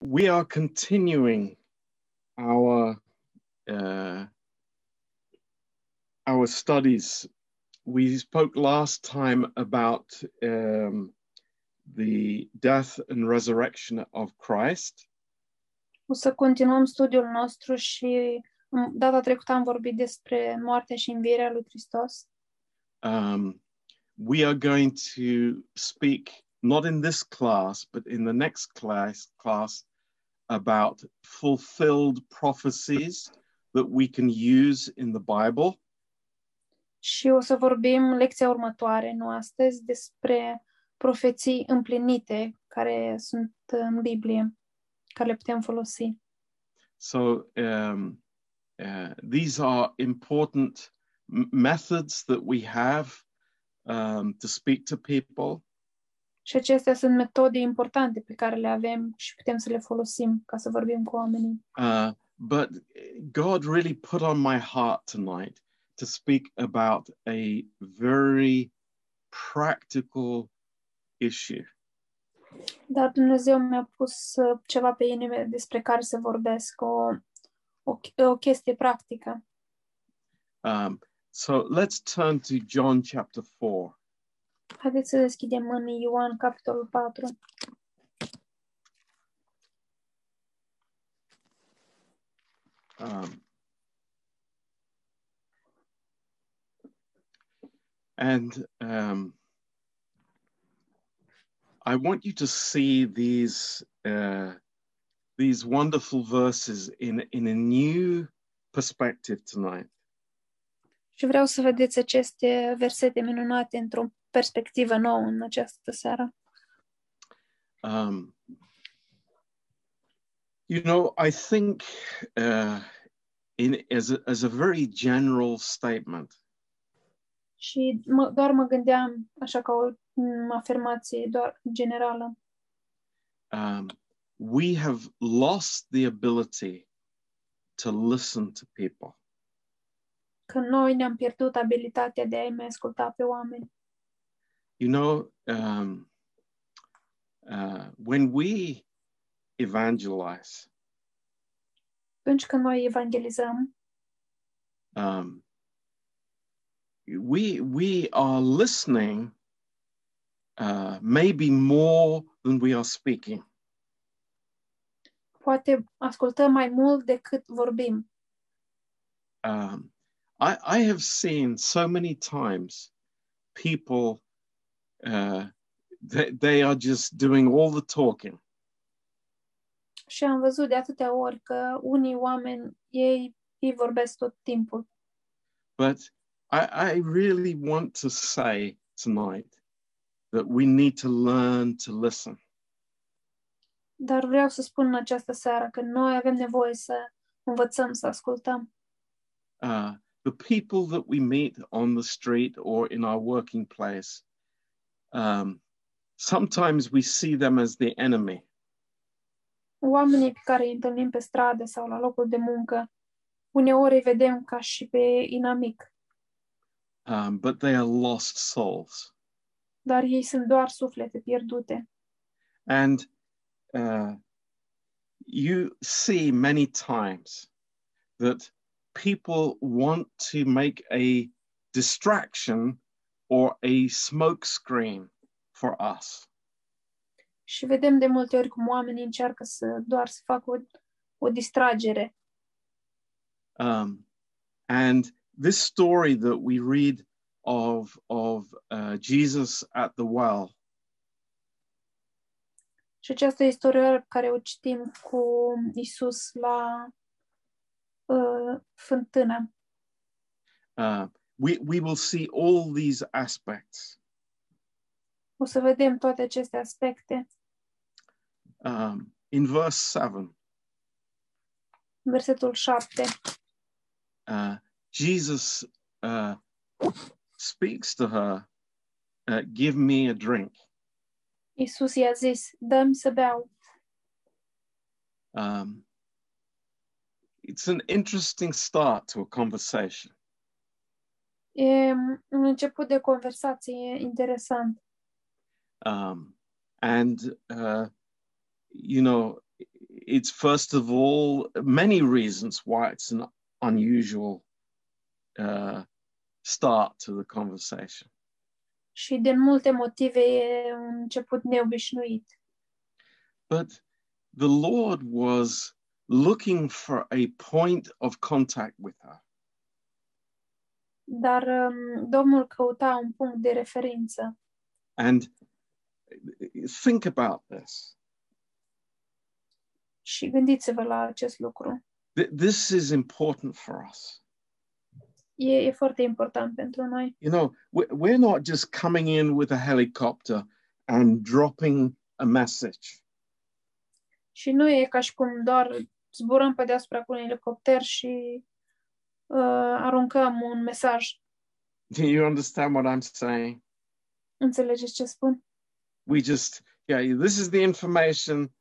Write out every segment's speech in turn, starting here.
we are continuing our uh, our studies. We spoke last time about um, the death and resurrection of Christ, O să continuăm studiul nostru și m, data trecută am vorbit despre moartea și învierea lui Hristos. um, we are going to speak not in this class but in the next class class about fulfilled prophecies that we can use in the bible Și o să vorbim lecția următoare, nu astăzi, despre profeții împlinite care sunt în Biblie, care le putem folosi. so um, uh, these are important m- methods that we have um, to speak to people Și acestea sunt metode importante pe care le avem și putem să le folosim ca să vorbim cu oamenii. Uh, but God really put on my heart tonight to speak about a very practical issue. Dar Dumnezeu mi-a pus uh, ceva pe inimă despre care să vorbesc, o, o, o chestie practică. Um, so let's turn to John chapter 4. Haideți să deschidem în Ioan, capitolul 4. Um, and um, I want you to see these uh, these wonderful verses in in a new perspective tonight. Și vreau să vedeți aceste versete minunate într-o perspectivă nouă în această seară. Um, you know, I think uh, in as a, as a very general statement, Și mă, doar mă gândeam, așa ca o m, afirmație doar generală, um, we have lost the ability to listen to people. că noi ne-am pierdut abilitatea de a-i mai asculta pe oameni. You know, um, uh, when we evangelize, Atunci când noi evangelizăm, um, we we are listening uh, maybe more than we are speaking. poate ascultăm mai mult decât vorbim. um, I, I have seen so many times people uh, they, they are just doing all the talking Și am văzut de atâtea ori că unii oameni, ei, ei vorbesc tot timpul. but I, I really want to say tonight that we need to learn to listen Dar vreau să spun în această seară că noi avem nevoie să învățăm să ascultăm. uh, the people that we meet on the street or in our working place um, sometimes we see them as the enemy Oamenii pe care îi întâlnim pe stradă sau la locul de muncă, uneori îi vedem ca și pe inamic, um, but they are lost souls dar ei sunt doar suflete pierdute. And uh, you see many times that people want to make a distraction or a smokescreen for us. Și vedem de multe ori cum oamenii încearcă să doar să facă o, o distragere. Um, and this story that we read of, of uh, Jesus at the well, Și această istorie pe care o citim cu Isus la uh, fântână, uh, we, we will see all these aspects. o să vedem toate aceste aspecte. Um, in verse 7, Versetul 7. uh, Jesus uh, speaks to her, uh, Give me a drink. Isus i-a zis, dă-mi să beau. Um, it's an interesting start to a conversation. E un început de conversație interesant. Um, and, uh, you know, it's first of all many reasons why it's an unusual uh, start to the conversation. și din multe motive e un început neobișnuit. But the Lord was looking for a point of contact with her. Dar um, Domnul căuta un punct de referință. And think about this. Și gândiți-vă la acest lucru. Th- This is important for us. E, e foarte important pentru noi. You know, we- we're not just coming in with a helicopter and dropping a message. Și nu e ca și cum doar zburăm pe deasupra cu un elicopter și uh, aruncăm un mesaj. Do you understand what I'm saying? Înțelegeți ce spun? We just, yeah, this is the information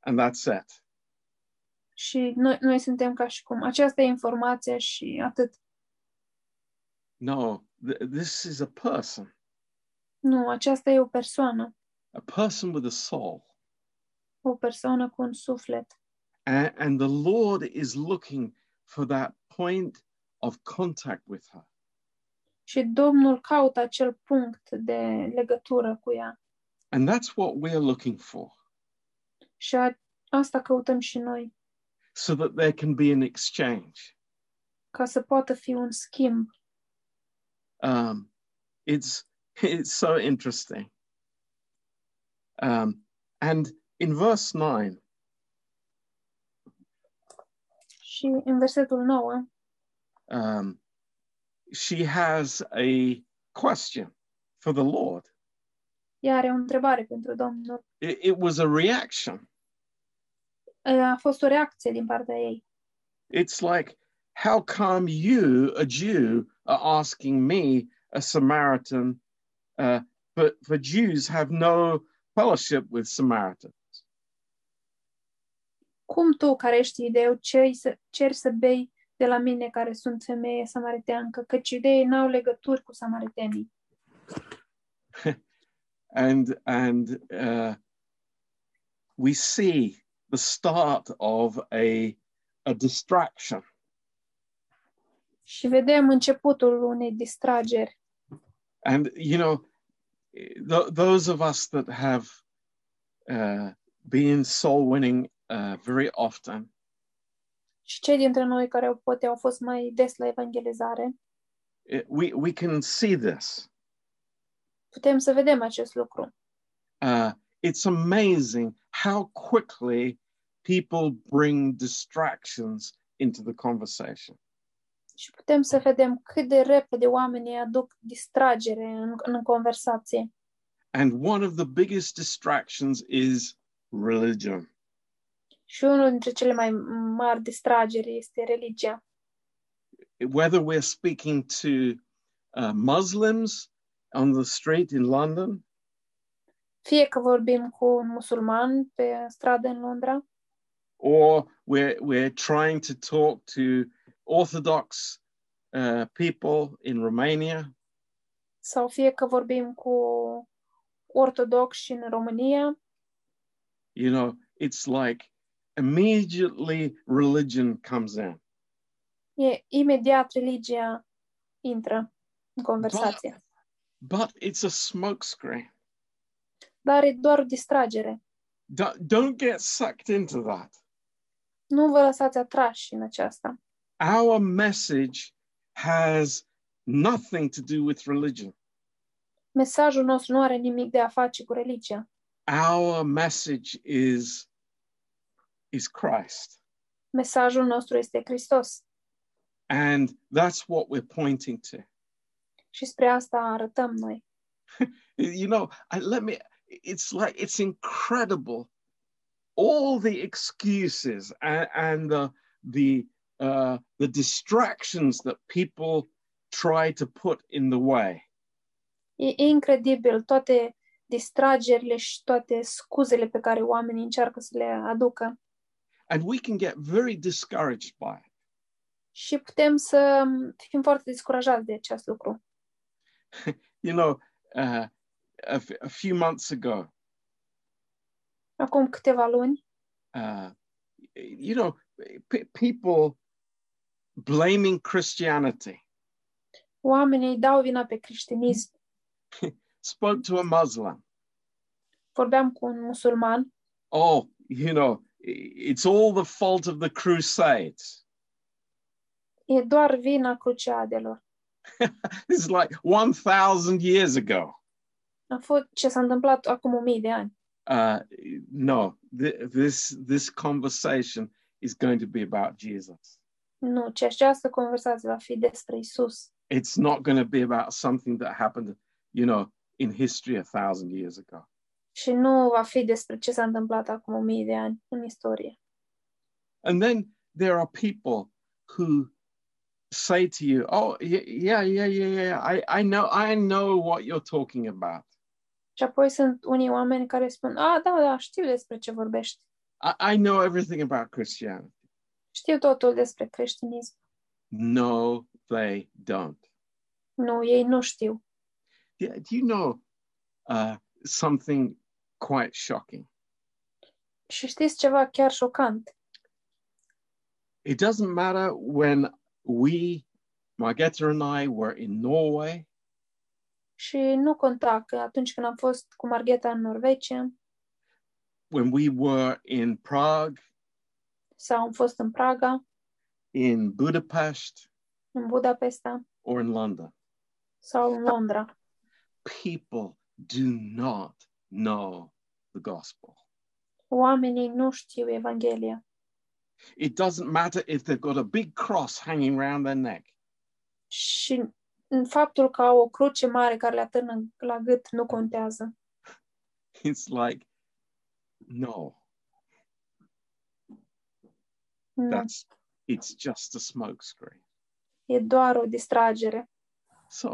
and that's it. Și noi, noi suntem ca și cum. Aceasta e informația și atât. No, th- this is a person, Nu, aceasta e o persoană. a person with a soul. O persoană cu un suflet. And, and the Lord is looking for that point of contact with her. Și Domnul caută acel punct de legătură cu ea. And that's what we're looking for, Și a, asta căutăm și noi, so that there can be an exchange. ca să poată fi un schimb. Um, it's, it's so interesting. Um, and in verse 9, Și în versetul 9, um, she has a question for the Lord. ea are o întrebare pentru Domnul. It, it was a reaction. A fost o reacție din partea ei. It's like, how come you, a Jew, are asking me, a Samaritan, uh, but for Jews have no fellowship with Samaritans? Cum tu, care ești iudeu, ceri să, ceri să bei de la mine, care sunt femeie samariteancă, căci iudeii n-au legături cu samaritenii. And and uh, we see the start of a a distraction. Și vedem începutul unei distrageri. and you know th- those of us that have uh, been soul winning uh, very often Și cei dintre noi care au- poate au fost mai des la evangelizare, it- we we can see this putem să vedem acest lucru. uh, it's amazing how quickly people bring distractions into the conversation Și putem să vedem cât de repede oamenii aduc distragere în, în conversație. and one of the biggest distractions is religion Și unul dintre cele mai mari distrageri este religia. whether we're speaking to uh, muslims on the street in london Fie că vorbim cu un musulman pe stradă în Londra, or we're we're trying to talk to Orthodox uh, people in Romania, sau fie că vorbim cu ortodoxi în România, you know, it's like immediately religion comes in. e, imediat religia intră în conversație. But it's a smokescreen. Dar e doar o distragere. Do- don't get sucked into that. Nu vă lăsați atrași în aceasta. Our message has nothing to do with religion. Mesajul nostru nu are nimic de a face cu religia. Our message is is Christ, Mesajul nostru este Hristos. and that's what we're pointing to. Și spre asta arătăm noi. you know I, let me it's like it's incredible all the excuses and, and the the uh, the distractions that people try to put in the way E, e incredibil toate distragerile și toate scuzele pe care oamenii încearcă să le aducă. and we can get very discouraged by it Și putem să fim foarte descurajați de acest lucru. you know uh, a, f- a few months ago Acum câteva luni uh, you know, pe- people blaming Christianity. Oamenii dau vina pe creștinism. Spoke to a Muslim. Vorbeam cu un musulman. Oh, you know, it's all the fault of the Crusades. E doar vina cruciadelor. This is like 1,000 years ago. A fost ce s-a întâmplat acum o mii de ani. Uh, no, th- this, this conversation is going to be about Jesus. Nu, ci această conversație va fi despre Isus. It's not going to be about something that happened, you know, in history a thousand years ago. Și nu va fi despre ce s-a întâmplat acum o mii de ani în istorie. And then there are people who say to you, "Oh, y- yeah, yeah, yeah, yeah. I, I know, I know what you're talking about. Și apoi sunt unii oameni care spun, a, da, da, știu despre ce vorbești. I, I know everything about Christianity." Știu totul despre creștinism. No, they don't. Nu, ei nu știu. Yeah, do you know uh, something quite shocking? Și știți ceva chiar șocant? It doesn't matter when we, Margetta and I, were in Norway Și nu conta că atunci când am fost cu Margheta în Norvegia when we were in Prague, sau am fost în Praga, in Budapest, în Budapesta or in London. sau în Londra. People do not know the gospel. Oamenii nu știu Evanghelia. It doesn't matter if they've got a big cross hanging round their neck. Și în faptul că au o cruce mare care le atârnă la gât nu contează. It's like, no, Nu. that's it's just a smokescreen. E doar o distragere. So,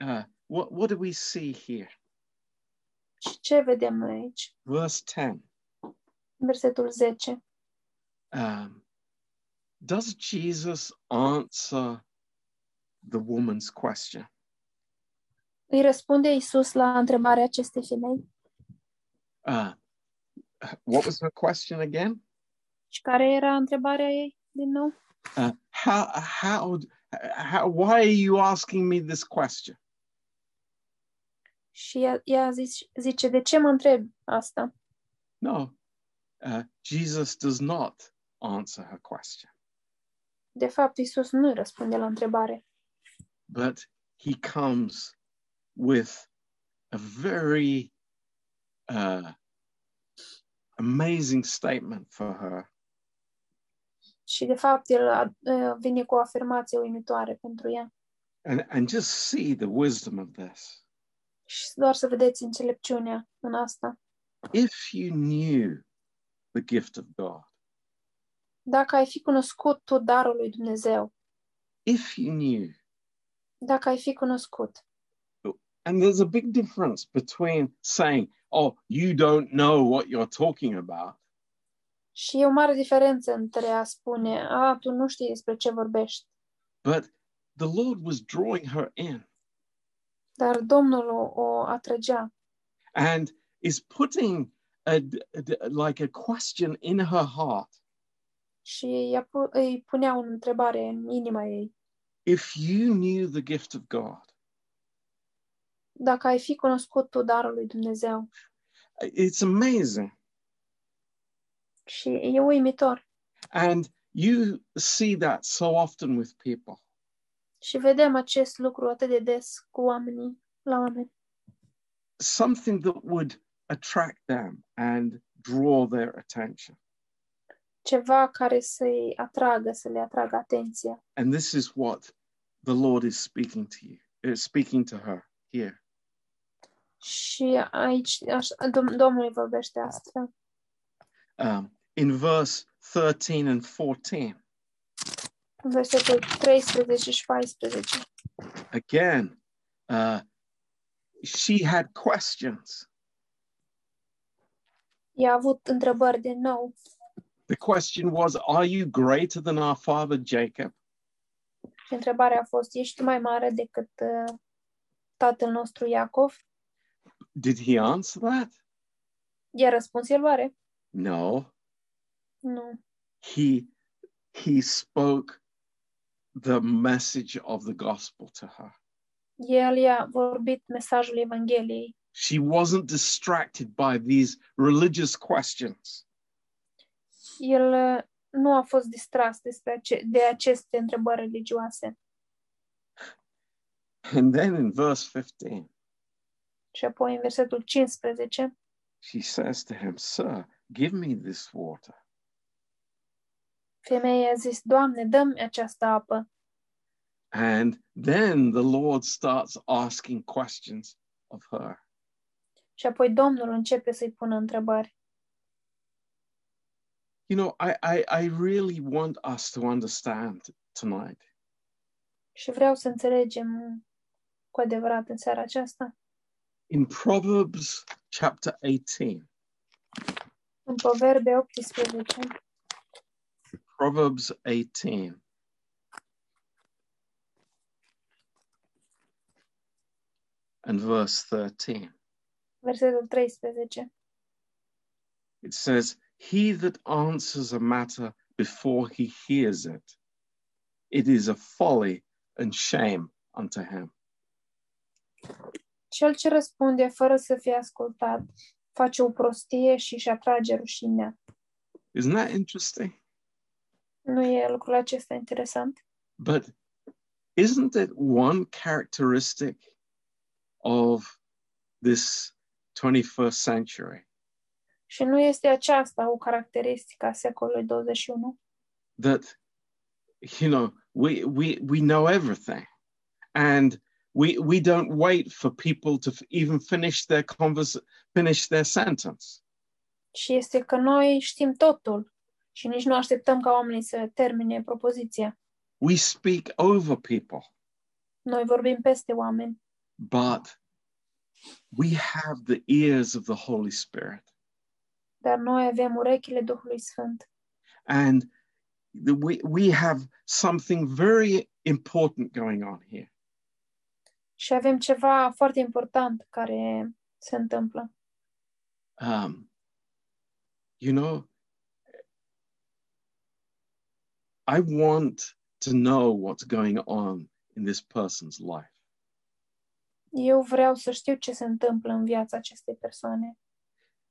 uh, what what do we see here? Și ce vedem noi aici? Verse ten. Versetul 10. Um, does Jesus answer the woman's question? Îi răspunde Isus la întrebarea acestei femei. Uh, what was her question again? Și care era întrebarea ei din nou? uh, how how how why are you asking me this question Și ea, ea zice, zice, de ce mă întreb asta? no uh, jesus does not answer her question De fapt, Isus nu îi răspunde la întrebare, but he comes with a very uh, amazing statement for her și de fapt el a, a- vine cu o afirmație uimitoare pentru ea. and and just see the wisdom of this Și doar să vedeți înțelepciunea în asta. if you knew the gift of god Dacă ai fi cunoscut tu darul lui Dumnezeu, if you knew dacă ai fi cunoscut, And there's a big difference between saying, oh, you don't know what you're talking about, și e o mare diferență între a spune, a, tu nu știi despre ce vorbești, but the Lord was drawing her in dar Domnul o, o atrăgea and is putting a, d- a d- like a question in her heart. și îi, apu- îi punea o întrebare în inima ei. If you knew the gift of God, Dacă ai fi cunoscut tu darul lui Dumnezeu, it's amazing. Și e uimitor. And you see that so often with people. Și vedem acest lucru atât de des cu oamenii, la oameni. Something that would attract them and draw their attention. Ceva care să-i atragă, să le atragă atenția. And this is what the Lord is speaking to you, uh, speaking to her here. Și aici aș, dom- Domnul îi vorbește astfel. Um, in verse 13 and 14, În versetul 13 și 14. again, uh, she had questions. I-a avut întrebări din nou. The question was, Are you greater than our father Jacob? Și întrebarea a fost, ești mai mare decât uh, tatăl nostru Iacov? Did he answer that? I-a răspuns el oare? No. Nu. He he spoke the message of the gospel to her. El i-a vorbit mesajul Evangheliei. She wasn't distracted by these religious questions. El uh, nu a fost distras despre ace- de aceste întrebări religioase. And then in verse 15, Și apoi în versetul 15, she says to him, Sir, give me this water. femeia a zis, Doamne, dă-mi această apă. And then the Lord starts asking questions of her. Și apoi Domnul începe să-i pună întrebări. You know, I, I, I really want us to understand tonight Și vreau să înțelegem cu adevărat în seara aceasta, in Proverbs chapter 18, în Proverbe 18, Proverbs 18. And verse 13, versetul 13. it says, He that answers a matter before he hears it, it is a folly and shame unto him. Cel ce răspunde fără să fie ascultat face o prostie și își atrage rușinea. Isn't that interesting? Nu e lucrul acesta interesant? But isn't it one characteristic of this 21st century Și nu este aceasta o caracteristică a secolului 21? that you know we we we know everything and we we don't wait for people to f- even finish their converse, finish their sentence Și este că noi știm totul și nici nu așteptăm ca oamenii să termine propoziția. we speak over people Noi vorbim peste oameni, but we have the ears of the holy spirit dar noi avem urechile Duhului Sfânt and the, we we have something very important going on here și avem ceva foarte important care se întâmplă. um, you know, I want to know what's going on in this person's life. Eu vreau să știu ce se întâmplă în viața acestei persoane.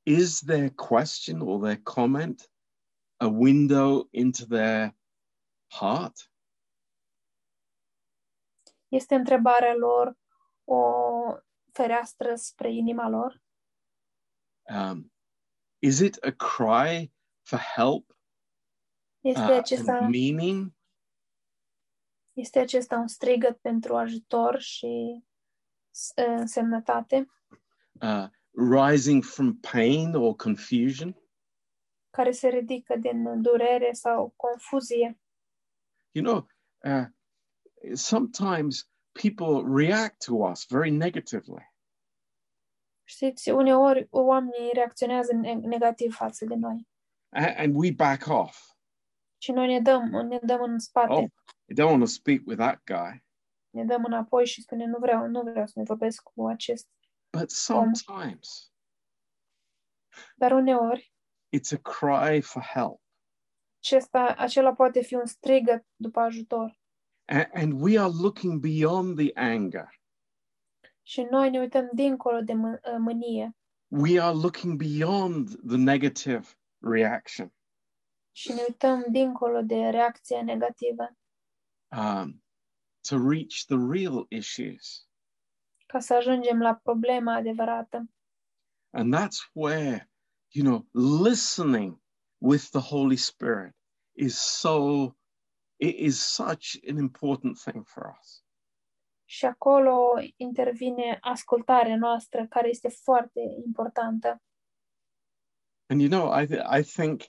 Is their question or their comment a window into their heart? Este întrebarea lor o fereastră spre inima lor? Um, is it a cry for help Este, uh, acesta, and meaning? este acesta un strigăt pentru ajutor și s- însemnătate Uh, rising from pain or confusion? care se ridică din durere sau confuzie? you know, uh, sometimes people react to us very negatively. Știți, uneori oamenii reacționează ne- negativ față de noi a- and we back off. și noi ne dăm, ne dăm în spate, Oh, I don't want to speak with that guy. ne dăm înapoi și spunem nu vreau, nu vreau să ne vorbesc cu acest. But sometimes Dar uneori it's a cry for help. acesta, acela poate fi un strigăt după ajutor A- and we are looking beyond the anger. și noi ne uităm dincolo de mă- ă, mânie We are looking beyond the negative reaction. și ne uităm dincolo de reacția negativă Um, to reach the real issues. ca să ajungem la problema adevărată. And that's where, you know, listening with the Holy Spirit is so, it is such an important thing for us. Și acolo intervine ascultarea noastră, care este foarte importantă. And, you know, I, th- I think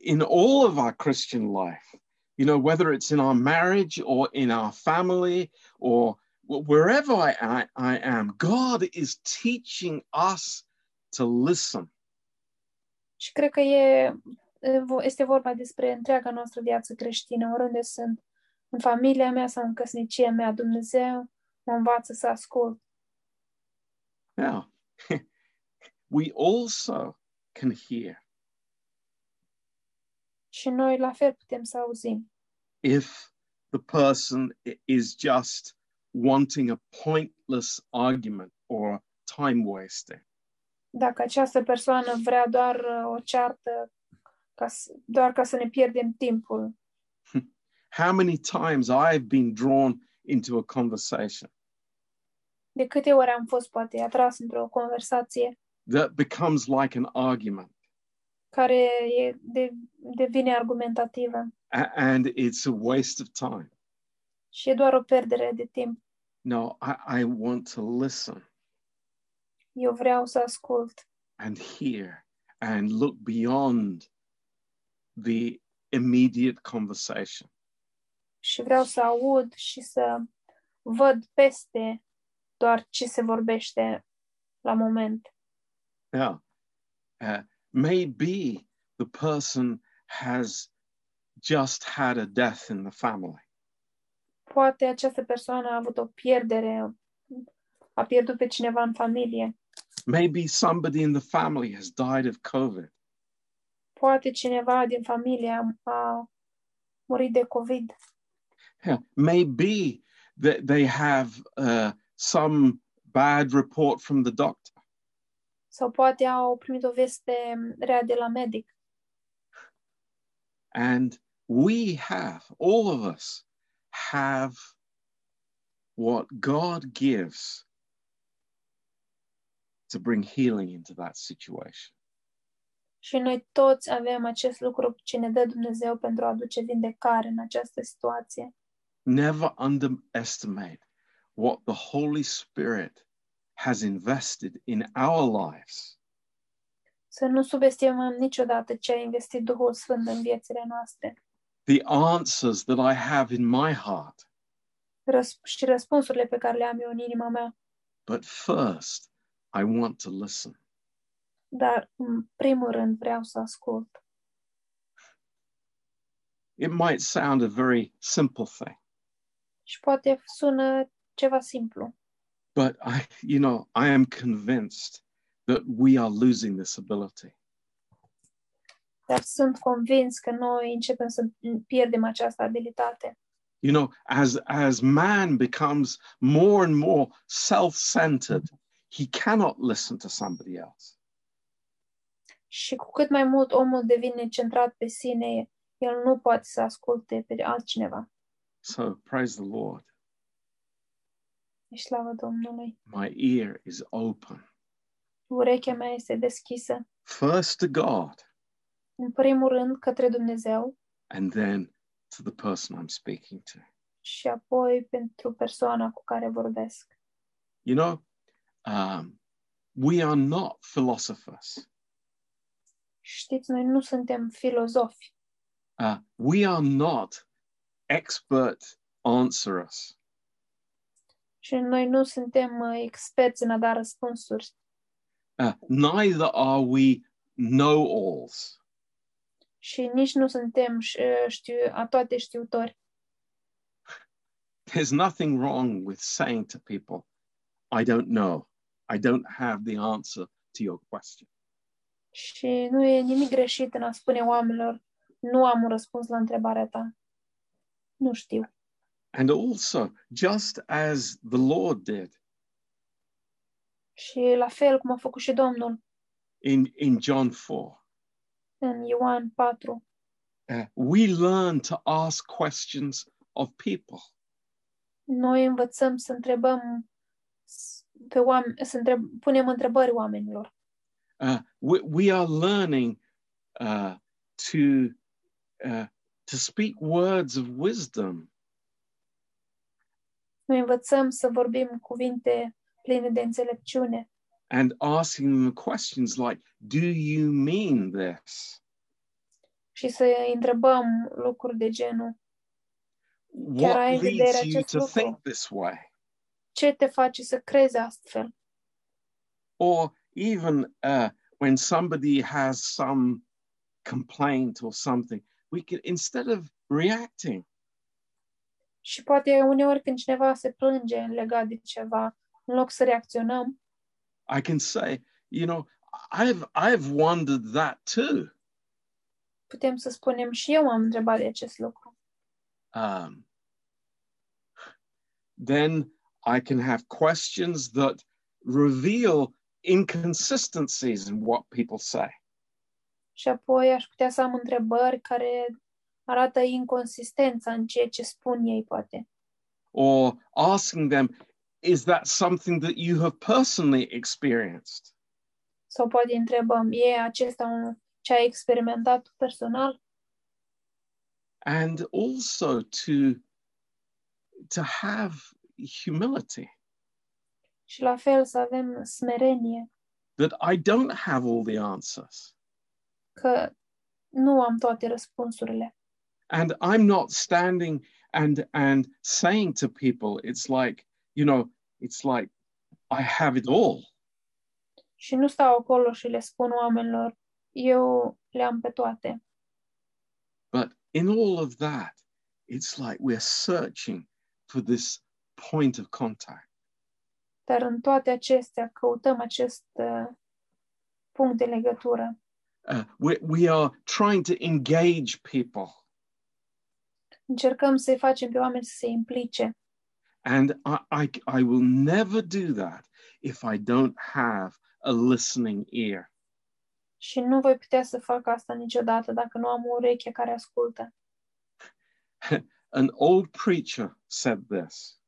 in all of our Christian life, you know, whether it's in our marriage or in our family or wh- wherever I, I, I am, God is teaching us to listen. Și cred că e, este vorba despre întreaga noastră viață creștină, oriunde sunt, în familia mea sau în căsnicia mea, Dumnezeu mă învață să ascult. Now, we also can hear. Și noi la fel putem să auzim. if the person i- is just wanting a pointless argument or time wasting. Dacă această persoană vrea doar uh, o ceartă, ca să, doar ca să ne pierdem timpul, How many times I've been drawn into a conversation de câte ori am fost poate atras într-o conversație that becomes like an argument care e de, devine argumentativă a- and it's a waste of time. și e doar o pierdere de timp. No, I, I want to listen Eu vreau să ascult and hear and look beyond the immediate conversation. și vreau să aud și să văd peste doar ce se vorbește la moment. Now, uh, maybe the person has just had a death in the family, Poate această persoană a avut o pierdere, a pierdut pe cineva în familie, maybe somebody in the family has died of COVID, poate cineva din familie a, a murit de COVID, Yeah, maybe that they have uh, some bad report from the doctor. sau poate au primit o veste rea de la medic. And we have, all of us, have what God gives to bring healing into that situation. Și noi toți avem acest lucru ce ne dă Dumnezeu pentru a aduce vindecare în această situație. never underestimate what the Holy Spirit has invested in our lives Să nu subestimăm niciodată ce a investit Duhul Sfânt în viețile noastre the answers that I have in my heart. răs- și răspunsurile pe care le am eu în inima mea. But first, I want to listen. Dar, în primul rând, vreau să ascult. It might sound a very simple thing, Și poate sună ceva simplu, but I, you know, I am convinced that we are losing this ability. dar sunt convins că noi începem să pierdem această abilitate. You know, as as man becomes more and more self-centered, he cannot listen to somebody else. Și cu cât mai mult omul devine centrat pe sine, el nu poate să asculte pe altcineva. So praise the Lord. Și Deci, slavă Domnului! My ear is open. Urechea mea este deschisă, First to God în primul rând către Dumnezeu and then to the person I'm speaking to. și apoi pentru persoana cu care vorbesc. You know, um, we are not philosophers. Știți, noi nu suntem filozofi, Uh, we are not expert answerers. și noi nu suntem uh, experți în a da răspunsuri, Uh, neither are we know alls. și nici nu suntem ș- uh, știu, a toate știutori. There's nothing wrong with saying to people, I don't know. I don't have the answer to your question. Și nu e nimic greșit în a spune oamenilor, nu am un răspuns la întrebarea ta. Nu știu. And also, just as the Lord did, Și la fel cum a făcut și Domnul in, in John 4. în Ioan 4, Uh, we learn to ask questions of people. noi învățăm să întrebăm s- pe oameni, să întreb, punem întrebări oamenilor Uh, we, we are learning uh, to, uh, to speak words of wisdom noi învățăm să vorbim cuvinte pline de înțelepciune and asking them questions like, Do you mean this? și să îi întrebăm lucruri de genul What ai în leads vedere you acest to lucru? think this way? ce te face să crezi astfel Or even uh, when somebody has some complaint or something, we can, instead of reacting, și poate uneori când cineva se plânge în legat de ceva în loc să reacționăm I can say, you know, I've I've wondered that too. Putem să spunem și eu am întrebat de acest lucru. Um, then I can have questions that reveal inconsistencies in what people say. Și apoi aș putea să am întrebări care arată inconsistența în ceea ce spun ei, poate. Or asking them, is that something that you have personally experienced? Sau poate întrebăm, e acesta un, ce ai experimentat tu personal? and also to to have humility Și la fel să avem smerenie that i don't have all the answers că nu am toate răspunsurile. and i'm not standing and and saying to people it's like you know it's like i have it all Și nu stau acolo și le spun oamenilor, eu le am pe toate. but in all of that it's like we're searching for this point of contact Dar în toate acestea căutăm acest uh, punct de legătură. uh, we, we are trying to engage people Încercăm să-i facem pe oameni să se implice And I, I, I will never do that if I don't have a listening ear. și nu voi putea să fac asta niciodată dacă nu am o ureche care ascultă. An old preacher said this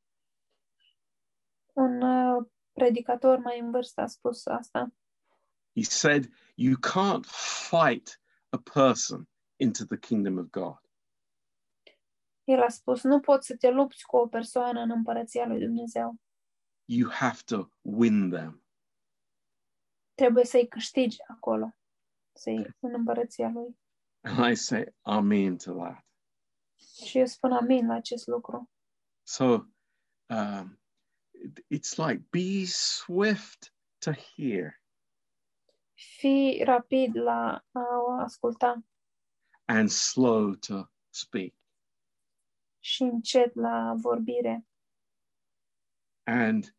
Un uh, predicator mai în vârstă a spus asta. He said, You can't fight a person into the kingdom of God. El a spus, nu poți să te lupți cu o persoană în împărăția lui Dumnezeu. You have to win them. Trebuie să-i câștigi acolo, să-i în împărăția lui. And I say, Amen to that. Și eu spun amin la acest lucru. So um, it- it's like, be swift to hear Fii rapid la a o asculta and slow to speak. și încet la vorbire. And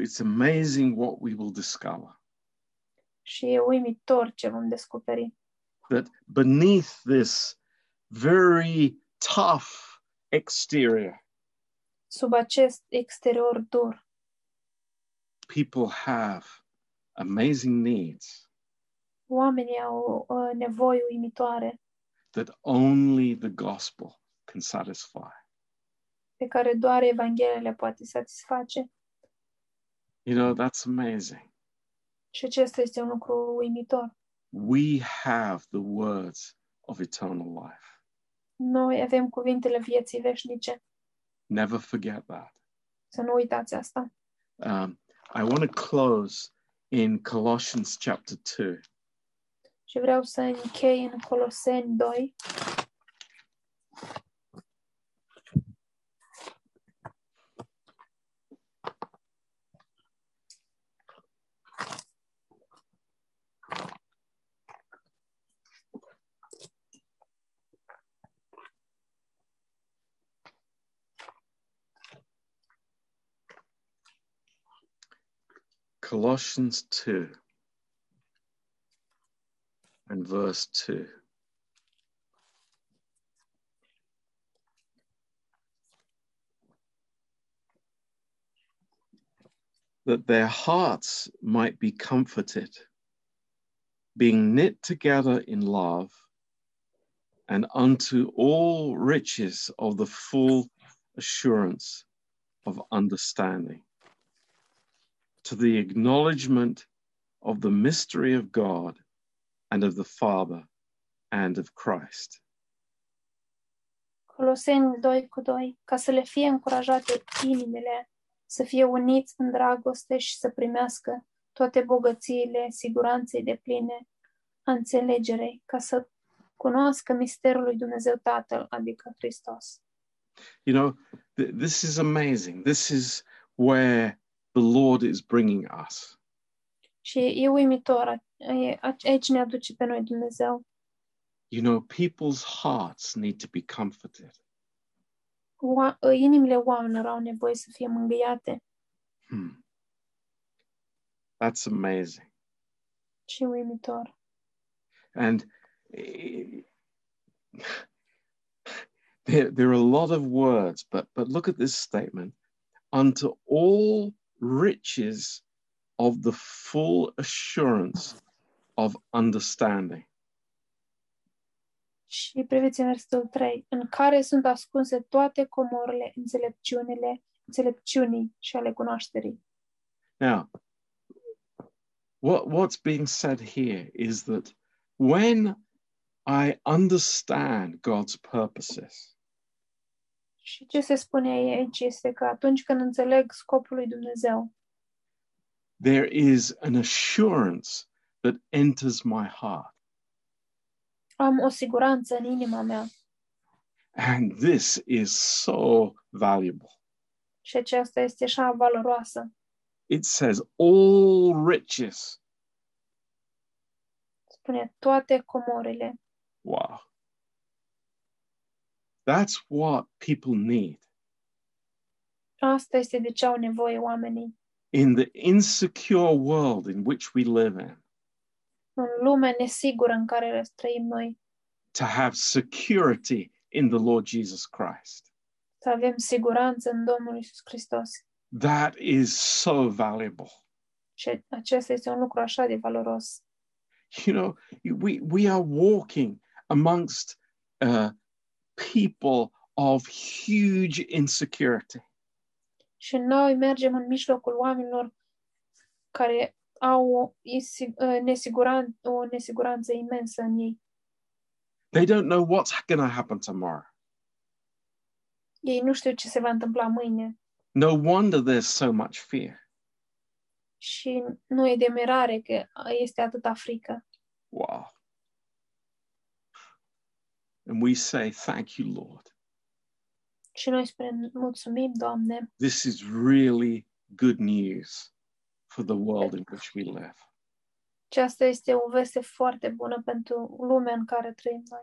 it's amazing what we will discover. Și e uimitor ce vom descoperi. that beneath this very tough exterior, Sub acest exterior dur, people have amazing needs oamenii au uh, nevoi uimitoare that only the gospel can satisfy. pe care doar Evanghelia le poate satisface. You know, that's amazing. Și acesta este un lucru uimitor. We have the words of eternal life. Noi avem cuvintele vieții veșnice. Never forget that. Să nu uitați asta. Um, I want to close in Colossians chapter 2. Și vreau să închei în Coloseni 2, Colossians 2 and verse 2. That their hearts might be comforted, being knit together in love, and unto all riches of the full assurance of understanding to the acknowledgement of the mystery of God and of the Father and of Christ. Coloseni 2 cu 2, ca să le fie încurajate inimile, să fie uniți în dragoste și să primească toate bogățiile siguranței de pline a înțelegerei, ca să cunoască misterul lui Dumnezeu Tatăl, adică Hristos. You know, th- this is amazing. This is where the Lord is bringing us. Și e uimitor, a- e- a- aici ne aduce pe noi Dumnezeu. You know, people's hearts need to be comforted. Oa- ă, inimile oamenilor au nevoie să fie mângâiate Hmm. That's amazing. și e uimitor. And eh, there, there are a lot of words, but, but look at this statement unto all riches of the full assurance of understanding. Și priviți în versetul 3, în care sunt ascunse toate comorile înțelepciunile, înțelepciunii și ale cunoașterii. Now, what, what's being said here is that when I understand God's purposes, Și ce se spune aici este că atunci când înțeleg scopul lui Dumnezeu, there is an assurance that enters my heart. am o siguranță în inima mea And this is so valuable. și aceasta este așa valoroasă. It says, all riches. Spune toate comorile. Wow. That's what people need. Asta este de ce au nevoie oamenii. In the insecure world in which we live in, În lumea nesigură în care trăim noi, to have security in the Lord Jesus Christ. să avem siguranță în Domnul Isus Hristos. That is so valuable. Și acesta este un lucru așa de valoros. You know, we, we are walking amongst uh, people of huge insecurity. Și noi mergem în mijlocul oamenilor care au o, isi- nesiguran, o nesiguranță imensă în ei. They don't know what's going to happen tomorrow. Ei nu știu ce se va întâmpla mâine No wonder there's so much fear. și nu e de mirare că este atâta frică. Wow. And we say, Thank you, Lord. Și noi spunem, mulțumim, Doamne, This is really good news for the world in which we live. aceasta este o veste foarte bună pentru lumea în care trăim noi.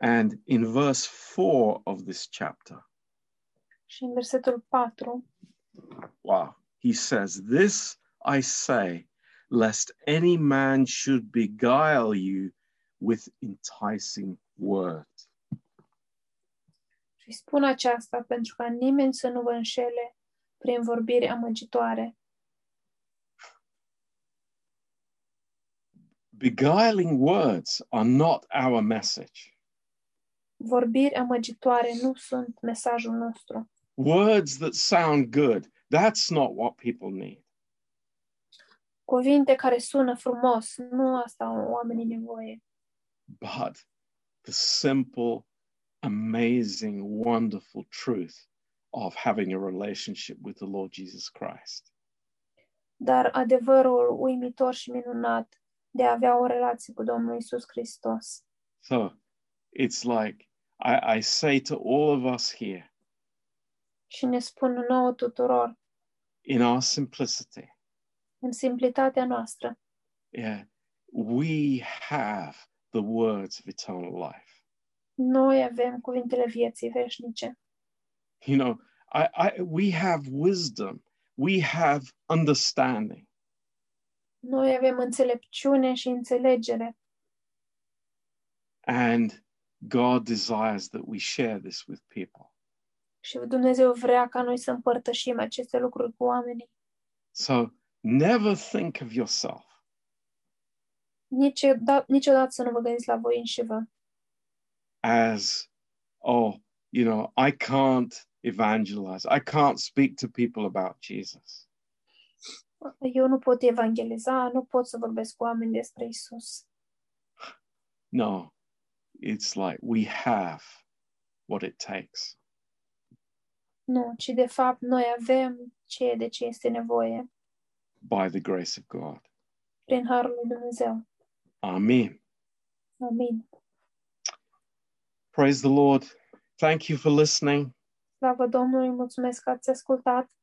And in verse 4 of this chapter, Și în versetul 4, wow, he says, This I say, lest any man should beguile you with enticing words. și spun aceasta pentru ca nimeni să nu vă înșele prin vorbiri amăgitoare. Beguiling words are not our message. Vorbiri amăgitoare nu sunt mesajul nostru. Words that sound good, that's not what people need. Cuvinte care sună frumos, nu asta au oamenii nevoie, but the simple, amazing, wonderful truth of having a relationship with the Lord Jesus Christ. dar adevărul uimitor și minunat de a avea o relație cu Domnul Isus Hristos. So it's like I, I say to all of us here Și ne spun nouă tuturor, in our simplicity, în simplitatea noastră, yeah, we have the words of eternal life. Noi avem cuvintele vieții veșnice. You know, I, I, we have wisdom, we have understanding, Noi avem înțelepciune și înțelegere and God desires that we share this with people. și Dumnezeu vrea ca noi să împărtășim aceste lucruri cu oamenii. So never think of yourself. Niciodată, niciodată să nu vă gândiți la voi înși vă, as, oh, you know, I can't evangelize. I can't speak to people about Jesus. eu nu pot evangeliza, nu pot să vorbesc cu oameni despre Isus. No, it's like we have what it takes. Nu, ci de fapt noi avem ce de ce este nevoie By the grace of God. prin Harul lui Dumnezeu. Amen. Amin. Praise the Lord. Thank you for listening. Slavă Domnului, mulțumesc că ați ascultat.